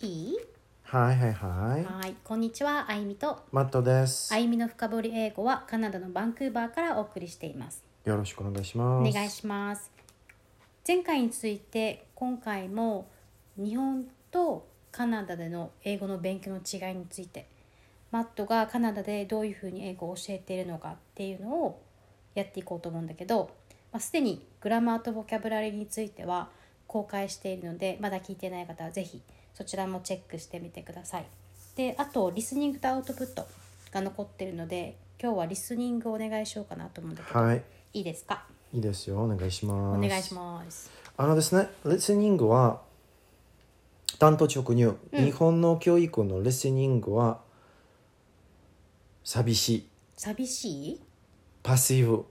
いいはいはいはい。はいこんにちはあゆみとマットですあ。ゆみの深掘り英語はカナダのバンクーバーからお送りしていますよろしくお願いしまおす。願いします前回について今回も日本とカナダでの英語の勉強の違いについてマットがカナダでどういうふうに英語を教えているのかっていうのをやっていこうと思うんだけど、まあ、すでにグラマーとボキャブラリーについては公開しているのでまだ聞いてない方はぜひそちらもチェックしてみてください。であとリスニングとアウトプットが残ってるので今日はリスニングをお願いしようかなと思うんだけど、はい。いいですかいいですよ。お願いしおます。願いします。あのですね、リスニングは単刀直入、うん日本の教育のリスニングは寂しい、寂しいパッシブ、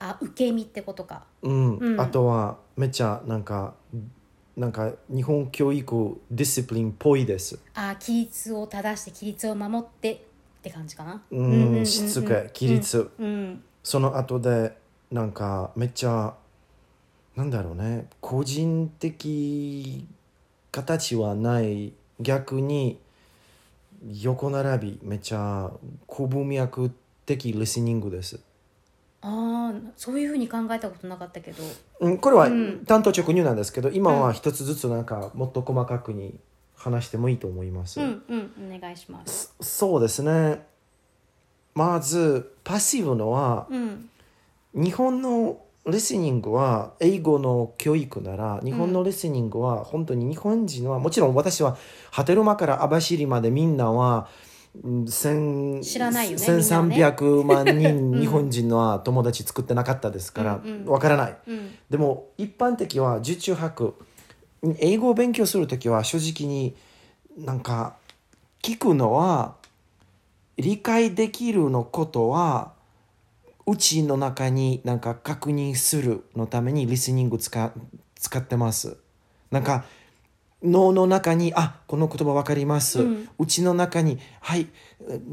あ受け身ってことかうん、うんあとはめっちゃなんかなんか日本教育ディスプリンっぽいです。あ規律を正して規律を守ってって感じかなうん、しつけ、規律。うん、うんその後でなんかめっちゃなんだろうね個人的形はない逆に横並びめっちゃ古文脈的リスニングです。ああそういうふうに考えたことなかったけどうん、これはうん単刀直入なんですけど、今うはん一つずつなんかもっと細かくに話してもいいと思います。うんうんお願いしますそそうですねまずパッシブのはうん日本のリスニングは英語の教育なら日本のリスニングは本当に日本人は、もちろん私は波照間から網走までみんなはうん千知らないよね1300万人うん日本人のは友達作ってなかったですからわ、うんうんからないうんでも一般的は受注博英語を勉強する時は正直になんか聞くのは理解できるのことはうちの中になんか確認するのためにリスニング使使ってます。なんか脳の中に「あこの言葉わかります」うんうちの中に「はい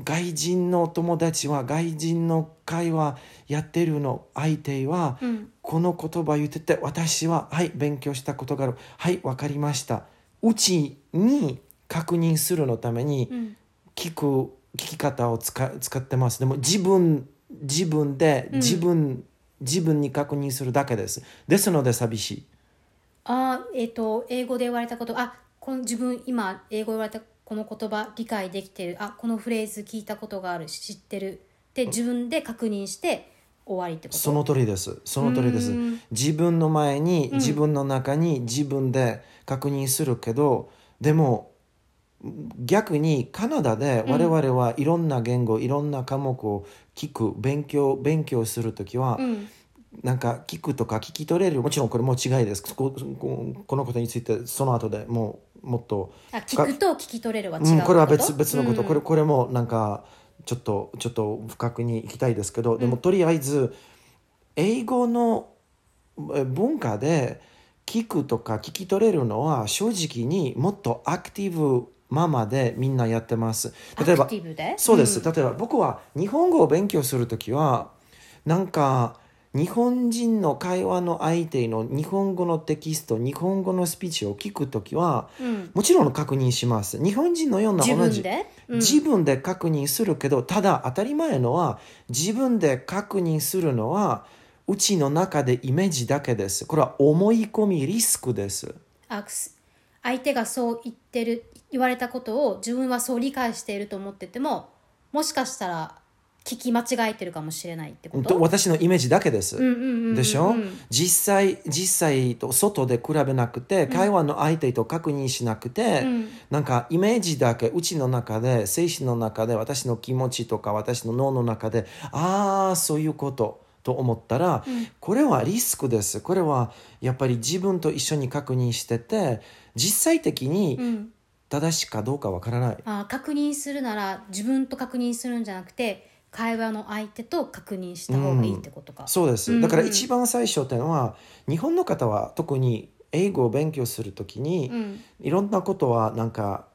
外人の友達は外人の会話やってるの相手はうんこの言葉言ってて私ははい勉強したことがあるはいわかりましたうちに確認するのためにうん聞く聞き方を使い使ってますでも自分自分でうん自分、自分に確認するだけですですので寂しいあーえっ、と英語で言われたことあこの自分今英語で言われたこの言葉理解できてるあこのフレーズ聞いたことがある知ってるで自分で確認して終わりってことその通りですその通りですうん自分の前にうん自分の中に自分で確認するけど、でも逆にカナダでうん我々はいろんな言語、いろんな科目を聞く勉強勉強する時は、うんなんか聞くとか聞き取れるもちろんこれも違いですこここのことについてその後でもうもっとあ聞くと聞き取れるは違ううってん、とこれは別別のこと、うんこれこれもなんかちょっとちょっと深くに行きたいですけど、でもとりあえず英語のえ文化で聞くとか聞き取れるのは正直にもっとアクティブままでみんなやってます例えアばクティブでそうです、ん例えば僕は日本語を勉強するときはなんか日本人の会話の相手の日本語のテキスト日本語のスピーチを聞くときはうんもちろん確認します日本人のような自同分じで、うん自分で確認するけどただ当たり前のは自分で確認するのはうちの中でイメージだけですこれは思い込みリスクですあす相手がそう言ってる言われたことを自分はそう理解していると思っててももしかしたら聞き間違えてるかもしれないってことと私のイメージだけです、うんうんうんうんうんでしょ、実際実際と外で比べなくて会話の相手と確認しなくて、うんなんかイメージだけうちの中で精神の中で私の気持ちとか私の脳の中でああそういうことと思ったら、うんこれはリスクですこれはやっぱり自分と一緒に確認してて実際的うにん、正しいかどうかわからない、あ確認するなら自分と確認するんじゃなくて会話の相手と確認した方がいいってことか、そうでうんうすんだから一番最初っていうのは日本の方は特に英語を勉強するときに、うんいろんなことはなんか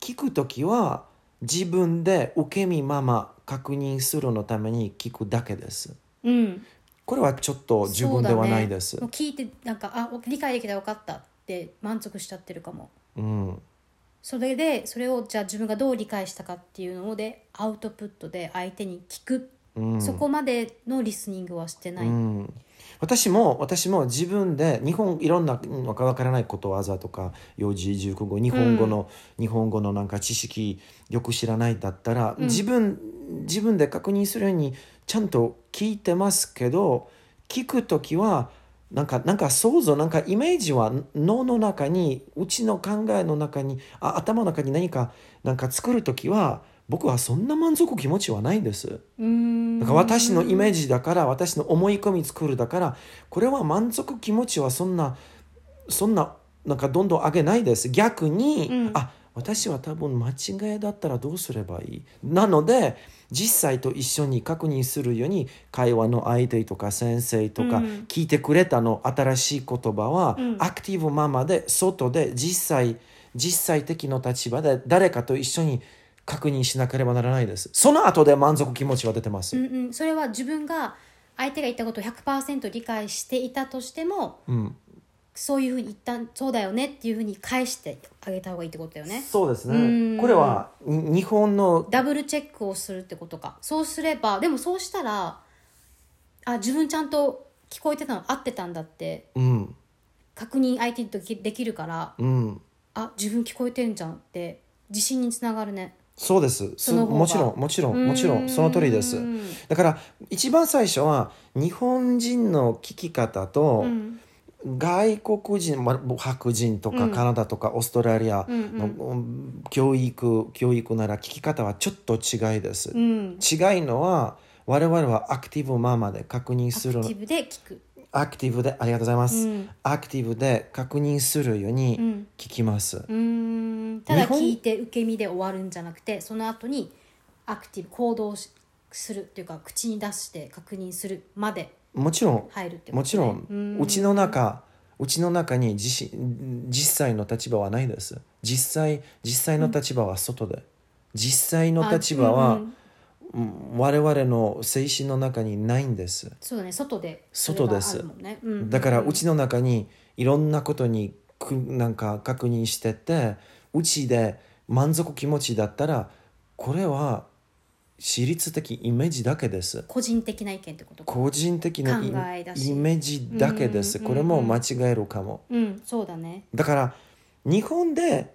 聞くときは自分で受け身まま確認するのために聞くだけです。うん、これはちょっと自分ではないです。そうだねもう聞いてなんかあ理解できた分かったって満足しちゃってるかもうん、それでそれをじゃあ自分がどう理解したかっていうのをでアウトプットで相手に聞く、うんそこまでのリスニングはしてない、うん、私も私も自分で日本いろんなうんわかわからないことわざとか幼児熟語日本語の、日本語のなんか知識よく知らないだったら、うん自分自分で確認するようにちゃんと聞いてますけど聞くときはなんかなんか想像なんかイメージは脳の中にうちの考えの中にあ頭の中に何かなんか作るときは僕はそんな満足気持ちはないんです。うんだから私のイメージだから私の思い込み作るだからこれは満足気持ちはそんなそんななんかどんどん上げないです逆に、うんあ私は多分間違いだったらどうすればいいなので実際と一緒に確認するように会話の相手とか先生とかうん聞いてくれたの新しい言葉は、うんアクティブママで外で実際実際的な立場で誰かと一緒に確認しなければならないですその後で満足気持ちは出てます、うんうん、それは自分が相手が言ったことを100%理解していたとしてもうん、そういうふうに一旦そうだよねっていうふうに返してあげた方がいいってことだよねそうですうんねこれはに日本のダブルチェックをするってことかそうすればでもそうしたらあ自分ちゃんと聞こえてたの合ってたんだってうん確認相手にできできるからうんあ自分聞こえてんじゃんって自信につながるねそうですすその方がもちろんもちろんもちろんその通りですうんだから一番最初は日本人の聞き方とうん外国人、まあ、白人とうかんカナダとかオーストラリアうんのうん教育教育なら聞き方はちょっと違いですう、ん違いのは我々はアクティブママで確認アクすテるィブで聞くアクティブでありがとうございます、うんアクティブで確認するよううにん聞きます、うーんただ日本聞いて受け身で終わるんじゃなくてその後にアクティブ行動しするっていうか口に出して確認するまでもちろん入るってこと、ね、もちろん、ううーちの中うちの中に自身実際の立場はないです実際実際の立場は外で、実際の立場あうはんうんうん我々の精神の中にないんですそうだね外で外ですそれがあるもんねうんだからうちの中にいろんなことにくなんか確認しててうちで満足気持ちだったらこれは私立的イメージだけです個人的な意見ってことか個人的なイ考えだしイメージだけですうんこれも間違えるかもうんそうだねだから日本で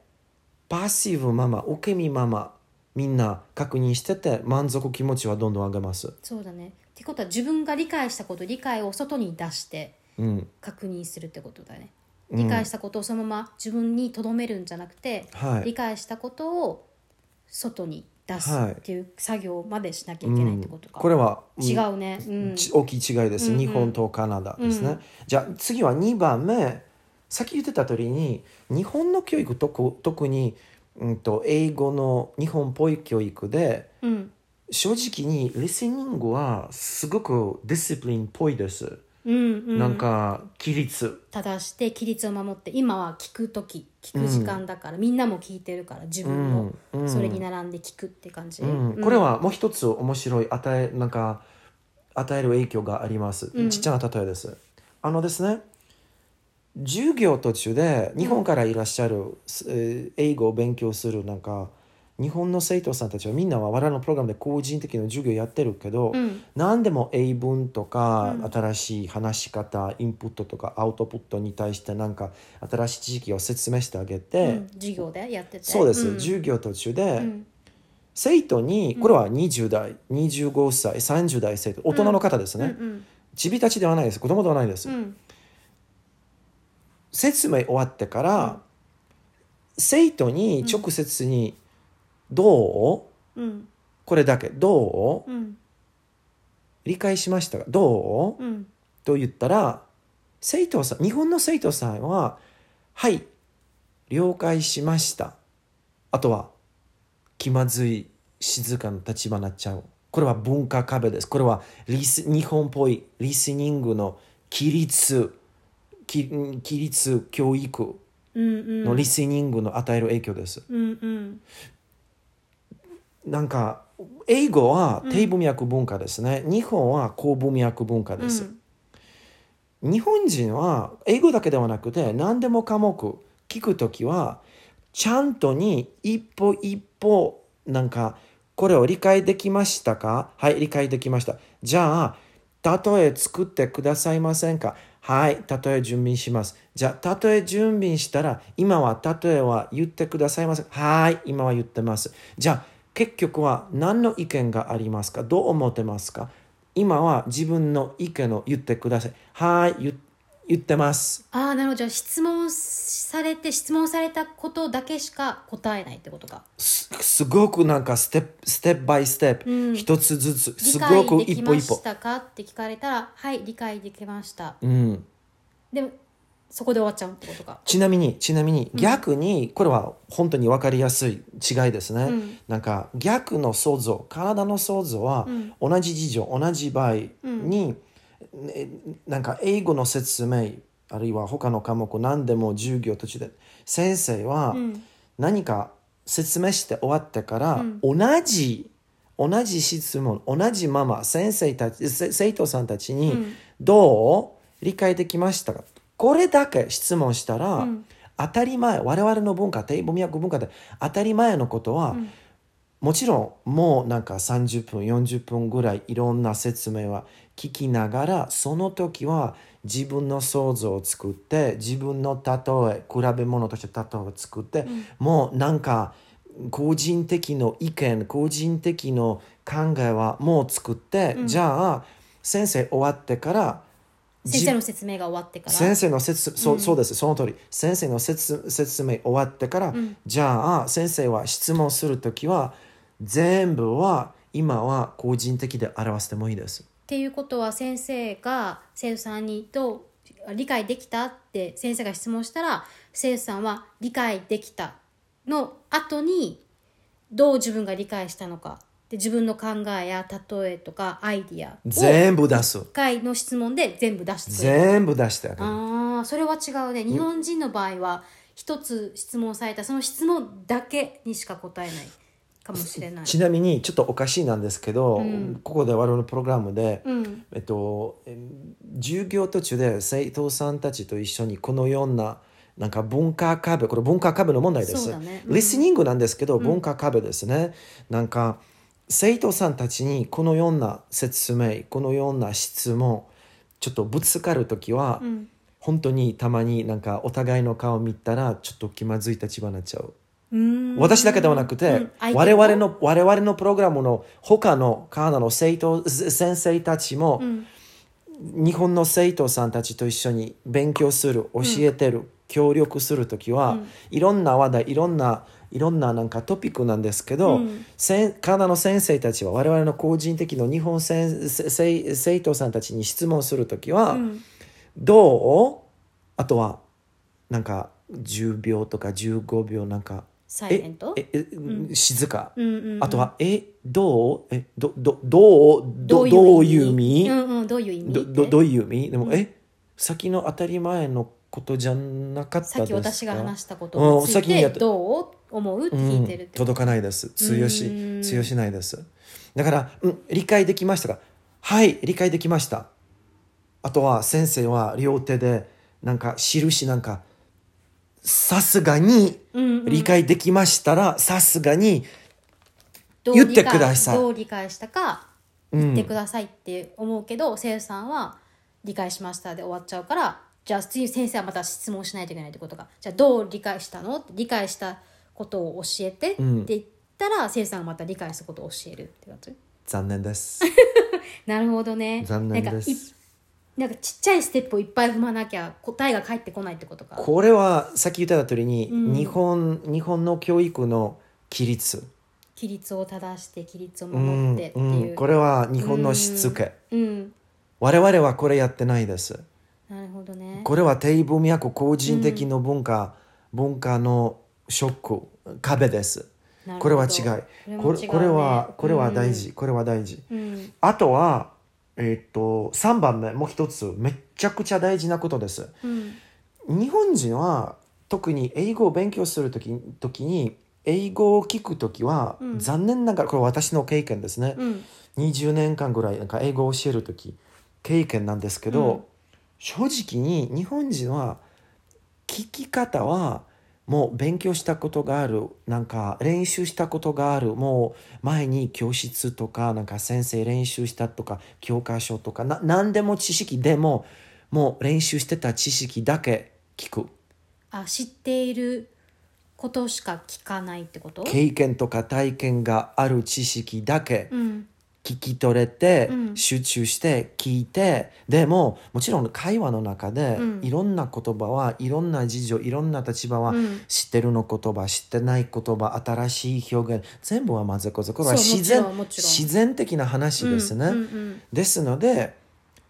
パッシブママ受け身ママみんな確認してて満足気持ちはどんどん上げます、そうだねってことは自分が理解したこと理解を外に出してうん、確認するってことだねうん理解したことをそのまま自分にとどめるんじゃなくて、はい理解したことを外に出すはいっていう作業までしなきゃういけないってんことか、これはん違うね、うん、ち大きい違いです、うんうん日本とカナダですね、うんじゃあ次は2番目さっき言ってた通りに日本の教育とこ特に、うん、と英語の日本っぽい教育でうん正直にリスニングはすごくディスプリンっぽいです、うんうんなんか規律正して規律を守って今は聞く時聞く時間だから、みんなも聞いてるから自分もうんうんそれに並んで聞くって感じ、うん、これはもう一つ面白い与えなんか与える影響があります、うんちっちゃな例えですあのですね授業途中で日本からいらっしゃる、すえー英語を勉強するなんか日本の生徒さんたちはみんなは我々のプログラムで個人的な授業やってるけど、うん何でも英文とか、うん新しい話し方インプットとかアウトプットに対してなんか新しい知識を説明してあげて、うん授業でやっててそうです、ん授業途中で、うん生徒にこれは20代、25歳30代生徒大人の方ですね、うんうんちびたちではないです子供ではないです、うん説明終わってかうらん、生徒に直接に「どううんこれだけどううん理解しましたかどううんと言ったら生徒さん日本の生徒さんは「はい了解しました」あとは気まずい静かな立場になっちゃうこれは文化壁ですこれはリス日本っぽいリスニングの規律き規律教育うんうんのリスニングの与える影響です、うんうんなんか英語は低文脈文化ですね、日本は高文脈文化です、日本人は英語だけではなくて何でも科目聞くときはちゃんとに一歩一歩なんかこれを理解できましたかはい理解できましたじゃあ例え作ってくださいませんかはい例え準備しますじゃあ例え準備したら今は例えは言ってくださいませんはい今は言ってますじゃあ結局は何の意見がありますかどう思ってますか今は自分の意見を言ってくださいはい言言ってますああなるほどじゃあ質問されて質問されたことだけしか答えないってことかすすごくなんかステップステップバイステップ、うん一つずつす理ご解くでき一歩ま一歩したかって聞かれたらはい理解できましたうんでもそこで終わっちゃうってことかちなみにちなみに逆にこれは本当に分かりやすい違いですね、うんなんか逆の想像体の想像はうん同じ事情同じ場合に、ねなんか英語の説明あるいは他の科目何でも授業途中で先生はうん何か説明して終わってから、うん同じ同じ質問同じまま先生たちせ生徒さんたちに、うんどう理解できましたかこれだけ質問したら、うん当たり前我々の文化低文脈文化で当たり前のことは、うんもちろんもうなんか30分40分ぐらいいろんな説明は聞きながらその時は自分の想像を作って自分の例え比べ物として例えを作って、んもうなんか個人的の意見個人的の考えはもう作って、うんじゃあ先生終わってから先生じの説明が終わってから先生の説そううんそうです、その通り先生の説説明終わってから、うんじゃあ先生は質問するときは全部は今は個人的で表してもいいです。っていうことは先生が生徒さんにどう理解できたって先生が質問したら生徒さんは理解できたの後にどう自分が理解したのかで自分の考えや例えとかアイディアを全部出す。回の質問で全部出してくれる全部出してあげる。ああそれは違うね日本人の場合は一つ質問されたその質問だけにしか答えないかもしれない。ちなみにちょっとおかしいなんですけど、うんここで我々のプログラムで、うんえっと、えー授業途中で生徒さんたちと一緒にこのようななんか文化壁これ文化壁の問題です、そうだねうんリスニングなんですけど文化壁ですね、なんか生徒さんたちにこのような説明このような質問ちょっとぶつかる時は、うん本当にたまになんかお互いの顔見たらちょっと気まずい立場になっちゃううーん私だけではなくうてん、相手も我々の我々のプログラムの他のカナダの生徒先生たちも、うん日本の生徒さんたちと一緒に勉強する教えてる、協力する時は、うんいろんな話題いろんないろんななんかトピックなんですけど、うんせん、カナダの先生たちは我々の個人的の日本先生生生徒さんたちに質問する時は、うんどうあとはなんか10秒とか15秒なんかサイレえントええ静か。うんうんうんあとは、え、どうえ、ど、ど、どう、ど、どどうういいうう意意味味うんうんどういう意味ど、ってど、どういう意味でも、うんえ、先の当たり前のことじゃなかったですさかっき私が話したことにつうんい先にやてったどう思うって聞いてるってうんこと届かないです。通用しう、ーん通用しないです。だから、うん、理解できましたかはい、理解できました。あとは、先生は両手で、なんか、印なんか、さすがに、うんうん理解できましたら、さすがに、どう言ってください理解どう理解したか言ってくださいって思うけど、生徒さんは理解しましたで終わっちゃうからじゃあ次先生はまた質問しないといけないってことかじゃあどう理解したのって理解したことを教えてってうん言ったら、生徒さんがまた理解したことを教えるって感じ残念です。 なるほどね残念でなんかいす。なんかちっちゃいステップをいっぱい踏まなきゃ答えが返ってこないってことか。これはさっき言ってた通りに、うん日本日本の教育の規律、規律を正して規律をう守んってってうんいう。これは日本のしつけ、うん。我々はこれやってないですなるほどね。これは低文脈個人的の文化、文化のショック壁ですなるこほれどは違いここれも違うれねこれはこれは大。事、これは大事うんうん。あとはえっと3番目もう一つめっちゃくちゃ大事なことですうん。日本人は特に英語を勉強するとき時に英語を聞くときは、うん残念ながらこれ私の経験ですね、うん。 20年間ぐらいなんか英語を教えるとき経験なんですけど、うん正直に日本人は聞き方はもう勉強したことがあるなんか練習したことがあるもう前に教室とかなんか先生練習したとか教科書とかな何でも知識でももう練習してた知識だけ聞くあ知っていることしか聞かないってこと経験とか体験がある知識だけうん聞き取れて、うん集中して聞いてでももちろん会話の中で、うんいろんな言葉はいろんな事情いろんな立場は、うん知ってるの言葉知ってない言葉新しい表現全部は混ぜこぜこれはそう自然もちろんもちろん自然的な話ですね、うんうんですので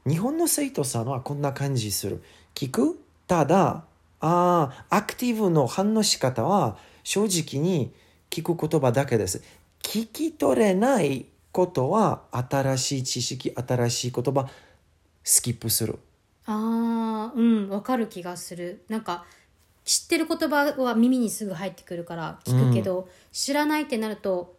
日本の生徒さんはこんな感じする聞くただあーアクティブの反応仕方は正直に聞く言葉だけです聞き取れないことは新しい知識新しい言葉スキップするあーうんわかる気がするなんか知ってる言葉は耳にすぐ入ってくるから聞くけど、知らないってなると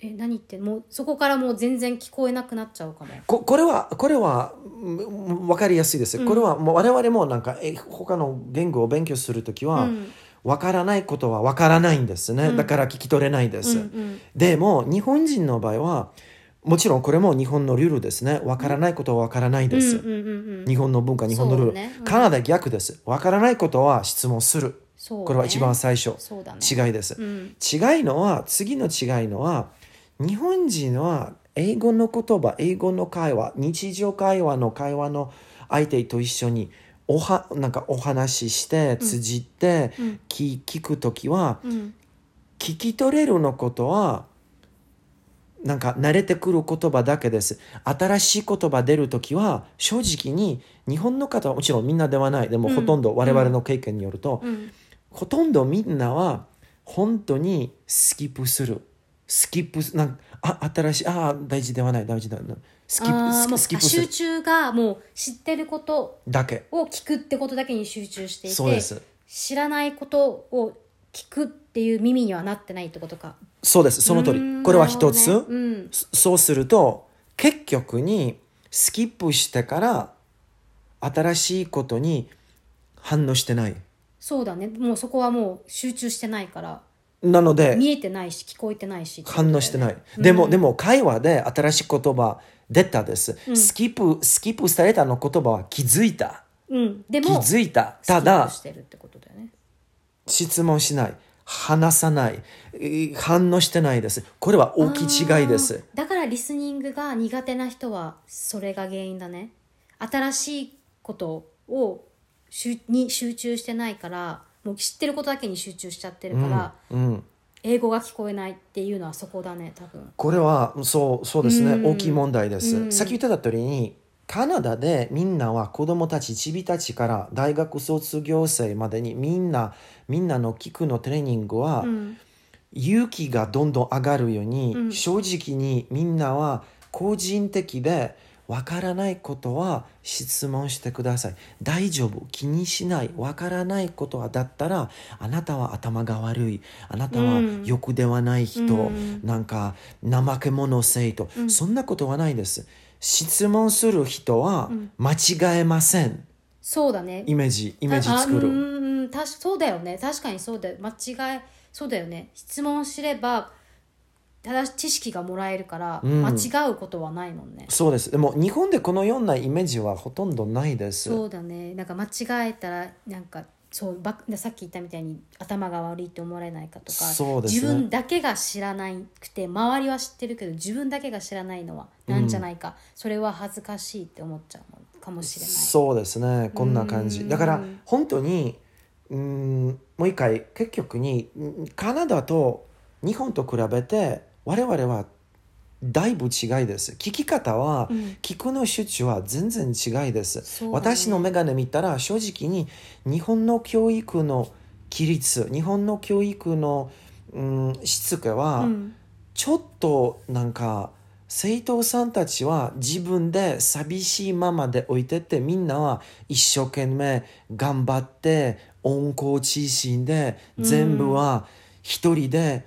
え何言ってんもうそこからもう全然聞こえなくなっちゃうかもここれはこれは分かりやすいです、うんこれはもう我々もなんかえ他の言語を勉強するときは、うん分からないことは分からないんですね、うんだから聞き取れないでうす、んうんでも日本人の場合はもちろんこれも日本のルールですね分からないことは分からないです、うんうんうんうん日本の文化日本のルそール、うねうんカナダ逆です分からないことは質問するそうねこれは一番最初、そうだね違いです、うん違いのは次の違いのは日本人は英語の言葉英語の会話日常会話の会話の相手と一緒におはなんかお話しして通じて、うん聞聞く時はうん聞き取れるのことはなんか慣れてくる言葉だけです新しい言葉出る時は正直に日本の方はもちろんみんなではないでもうんほとんど我々の経験によると、うんほとんどみんなは本当にスキップする。スキップすなんかあ新しいあー大事ではない大事だなスキあーッもプうススキップす集る中がもう知ってることだけを聞くってことだけに集中していてそうです知らないことを聞くっていう耳にはなってないってことかそうですその通うりーんこれは一つ、なるほどねうんそそうすると結局にスキップしてから新しいことに反応してないそうだねもうそこはもう集中してないからなので見えてないし聞こえてないし反応してない。うんでも、でも会話で新しい言葉出たです。うんスキップ、スキップされたの言葉は気づいた。うんで気もづいた。ただスキップ、してるってことだよね質問しない。話さない。えー反応してないです。これは大きい違いです。あーだからリスニングが苦手な人はそれが原因だね新しいことを集に集中してないからもう知ってることだけに集中しちゃってるから、うん。英語が聞こえないっていうのはそこだね多分これはそうそうですね、うん大きい問題です、うんさっき言ってた通りにカナダでみんなは子供たちちびたちから大学卒業生までにみんなみんなの聞くのトレーニングは、うん勇気がどんどん上がるように、うん正直にみんなは個人的でわからないことは質問してください大丈夫気にしないわからないことはだったらあなたは頭が悪いあなたはうん欲ではない人、うんなんか怠け者生徒、うんそんなことはないです質問する人はうん間違えません、そうだねイメージイメージ作あうるんうん確そうだよね確かにそうだよ間違えそうだよね質問すれば正し知識がもらえるから、うん間違うことはないもんねそうですでも日本でこのようなイメージはほとんどないですそうだねなんか間違えたらなんかそうばさっき言ったみたいに頭が悪いって思われないかとか、そうですね自分だけが知らなくて周りは知ってるけど自分だけが知らないのはなんじゃないか、それは恥ずかしいって思っちゃうもんかもしれない。そうですねこんな感うじんだから本当にうんもう一回結局にうんカナダと日本と比べて我々はだいぶ違いです聞き方は、うん聞くの手中は全然違いです、そうだね私の眼鏡見たら正直に日本の教育の規律日本の教育の、うん、しつけは、うんちょっとなんか生徒さんたちは自分で寂しいままで置いててみんなは一生懸命頑張って温厚知心でうん全部は一人で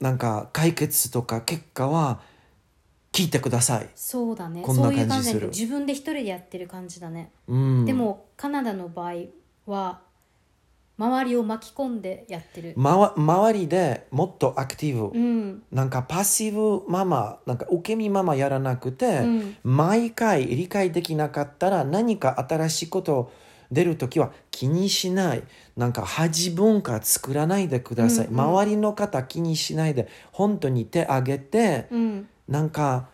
なんか解決とか結果は聞いてください。そうだねこんなそういう感感じじすだるね自分で一人でやってる感じだね、うん、でもカナダの場合は周りを巻き込んでやってる、まわ周りでもっとアクティブ、うんなんかパッシブママなんか受け身ママやらなくて、うん毎回理解できなかったら何か新しいこと出るときは気にしないなんか恥文化作らないでください、うんうん周りの方気にしないで本当に手挙げて、うんなんか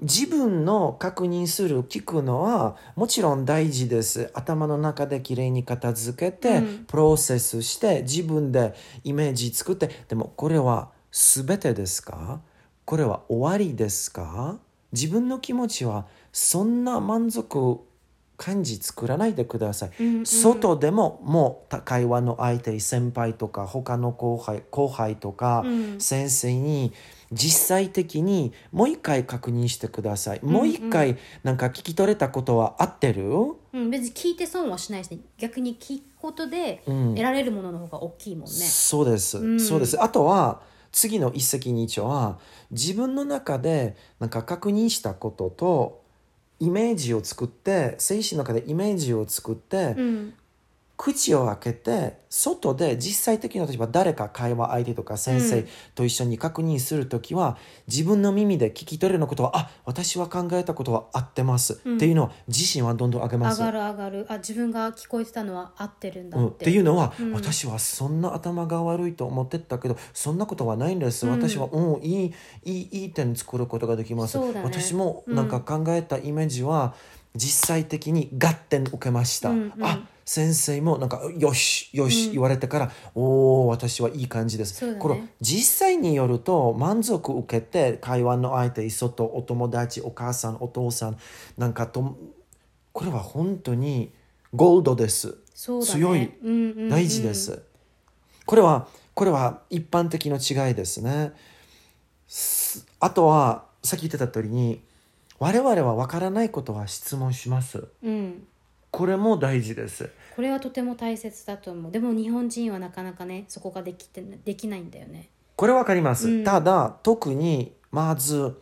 自分の確認する聞くのはもちろん大事です頭の中できれいに片付けて、うんプロセスして自分でイメージ作ってでもこれは全てですかこれは終わりですか自分の気持ちはそんな満足感じ作らないでください、うんうん外でももう会話の相手先輩とか他の後輩後輩とか、うん先生に実際的にもう一回確認してください、もう一回なんか聞き取れたことは合ってる、うん、別に聞いて損はしないし、ね、逆に聞くことでうん得られるものの方が大きいもんね、そうです、うんそうですあとは次の一石二鳥は自分の中でなんか確認したこととイメージを作って精神の中でイメージを作って、うん口を開けて外で実際的な例えば誰か会話相手とか先う生んと一緒に確認する時は、自分の耳で聞き取れるのことはあ私は考えたことは合ってます、うんっていうのは自信はどんどん上げま上す。がる上がるあ自分が聞こえてたのは合ってるんだうん、っ,、ってていうのは、うん私はそんな頭が悪いと思ってたけどそんなことはないんです、うん私は、うん、いいいいいい点作ることができます、そうだね私もうんなんか考えたイメージは実際的に合点受けました、うんうんあ先生もなんか「よしよし」うん言われてから「おお私はいい感じです」そうだねこれ実際によると満足受けて会話の相手外お友達お母さんお父さんなんかとこれは本当にゴールドです。そうだね強いうんうんうん大事です、これはこれは一般的の違いですねすあとはさっき言ってた通りに我々は分からないことは質問しますうんこれも大事ですこれはとても大切だと思うでも日本人はなかなかねそこができてできないんだよねこれ分かります、うんただ特にまず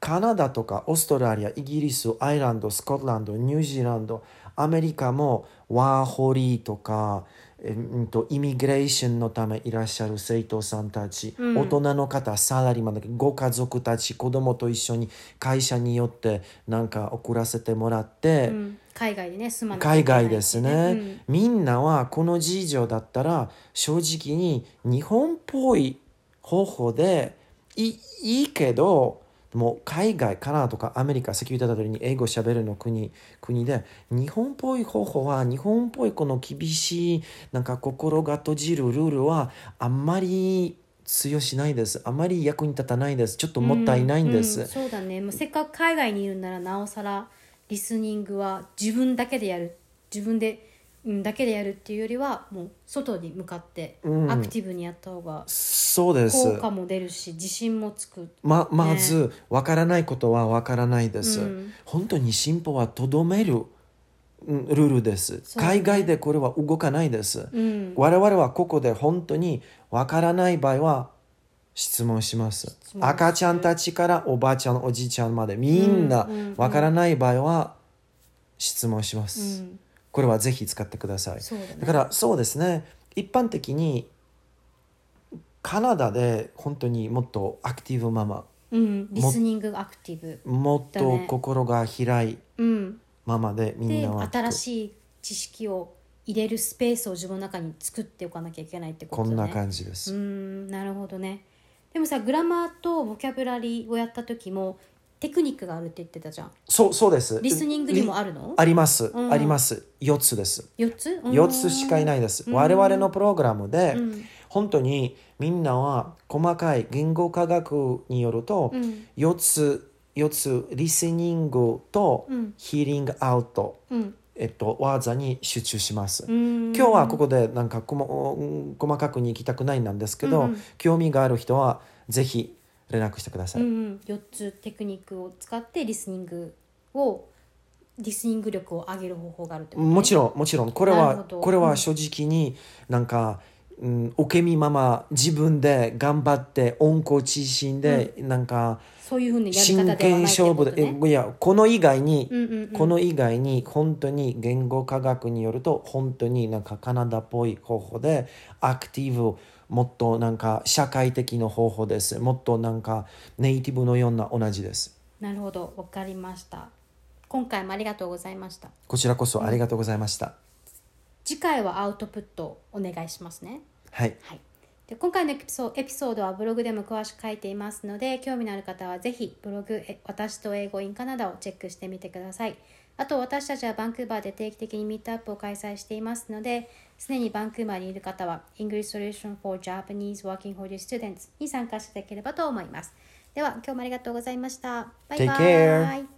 カナダとかオーストラリアイギリスアイルランドスコットランドニュージーランドアメリカもワーホリーとか、えうんとイミグレーションのためいらっしゃる生徒さんたち、うん大人の方サラリーマンだけどご家族たち子供と一緒に会社によってなんか送らせてもらって、うん、海外でね住まなきゃい海けない外ですね、みんなはこの事情だったら正直に日本っぽい方法でいいいけどもう海外カナダとかアメリカ先ほど言った通りに英語喋るの国国で日本っぽい方法は日本っぽいこの厳しいなんか心が閉じるルールはあんまり通用しないですあまり役に立たないですちょっとうんもったいないんです、ううそうだねもうせっかく海外にいるならなおさらリスニングは自分だけでやる自分で、うん、だけでやるっていうよりはもう外に向かってうんアクティブにやった方がそうです効果も出るし自信もつくままずわからないことはわからないです、うん本当に進歩はとどめるうんルールです、そうね海外でこれは動かないです、うん我々はここで本当にわからない場合は質問します問する赤ちゃんたちからおばあちゃんおじいちゃんまでみんなうんうんうんわからない場合は質問します、うんこれはぜひ使ってくださいそうだねだからそうですね一般的にカナダで本当にもっとアクティブママうんリスニングアクティブもっだとね心が開いうんままでみんでなは新しい知識を入れるスペースを自分の中に作っておかなきゃいけないってこことんだなね感じでうーす、んなるほどねでもさグラマーとボキャブラリーをやった時もテクニックがあるって言ってたじゃんそうそうですリスニングにもりあるのあります、うんあります4つです4つ4つしかいないです、我々のプログラムで、うん本当にみんなは細かい言語科学によると、うん4つ4つリスニングとうんヒーリングアウト、うんえっと、技に集中します、今今日はここでなんかこもうん細かくに行きたくないなんですけど、うんうん興味がある人はぜひ連絡してくださうい、んうん、4つテクニックを使ってリスニングをリスニング力を上げる方法があるってこと、ね、もちんろんもちろんこれなるはほどこれは正直になんか、うん、受け身まま自分で頑張って温故知新で、なんかそういうふうにやり方ではな真いって剣勝こ負とで、ね。えいやこの以外に、うんうんうんこの以外に本当に言語科学によると本当になんかカナダっぽい方法でアクティブもっとなんか社会的な方法ですもっとなんかネイティブのような同じですなるほど、わかりました。今回もありがとうございました。こちらこそありがとうございました、次回はアウトプットをお願いしますね。はいはい。で今回のエピソエピソードはブログでも詳しく書いていますので興味のある方はぜひブログえ「私と英語 in カナダ」をチェックしてみてくださいあと私たちはバンクーバーで定期的にミートアップを開催していますので常にバンクーバーにいる方は English Solution for Japanese Working Holiday Students に参加していただければと思いますでは今日もありがとうございましたバイバイ Take care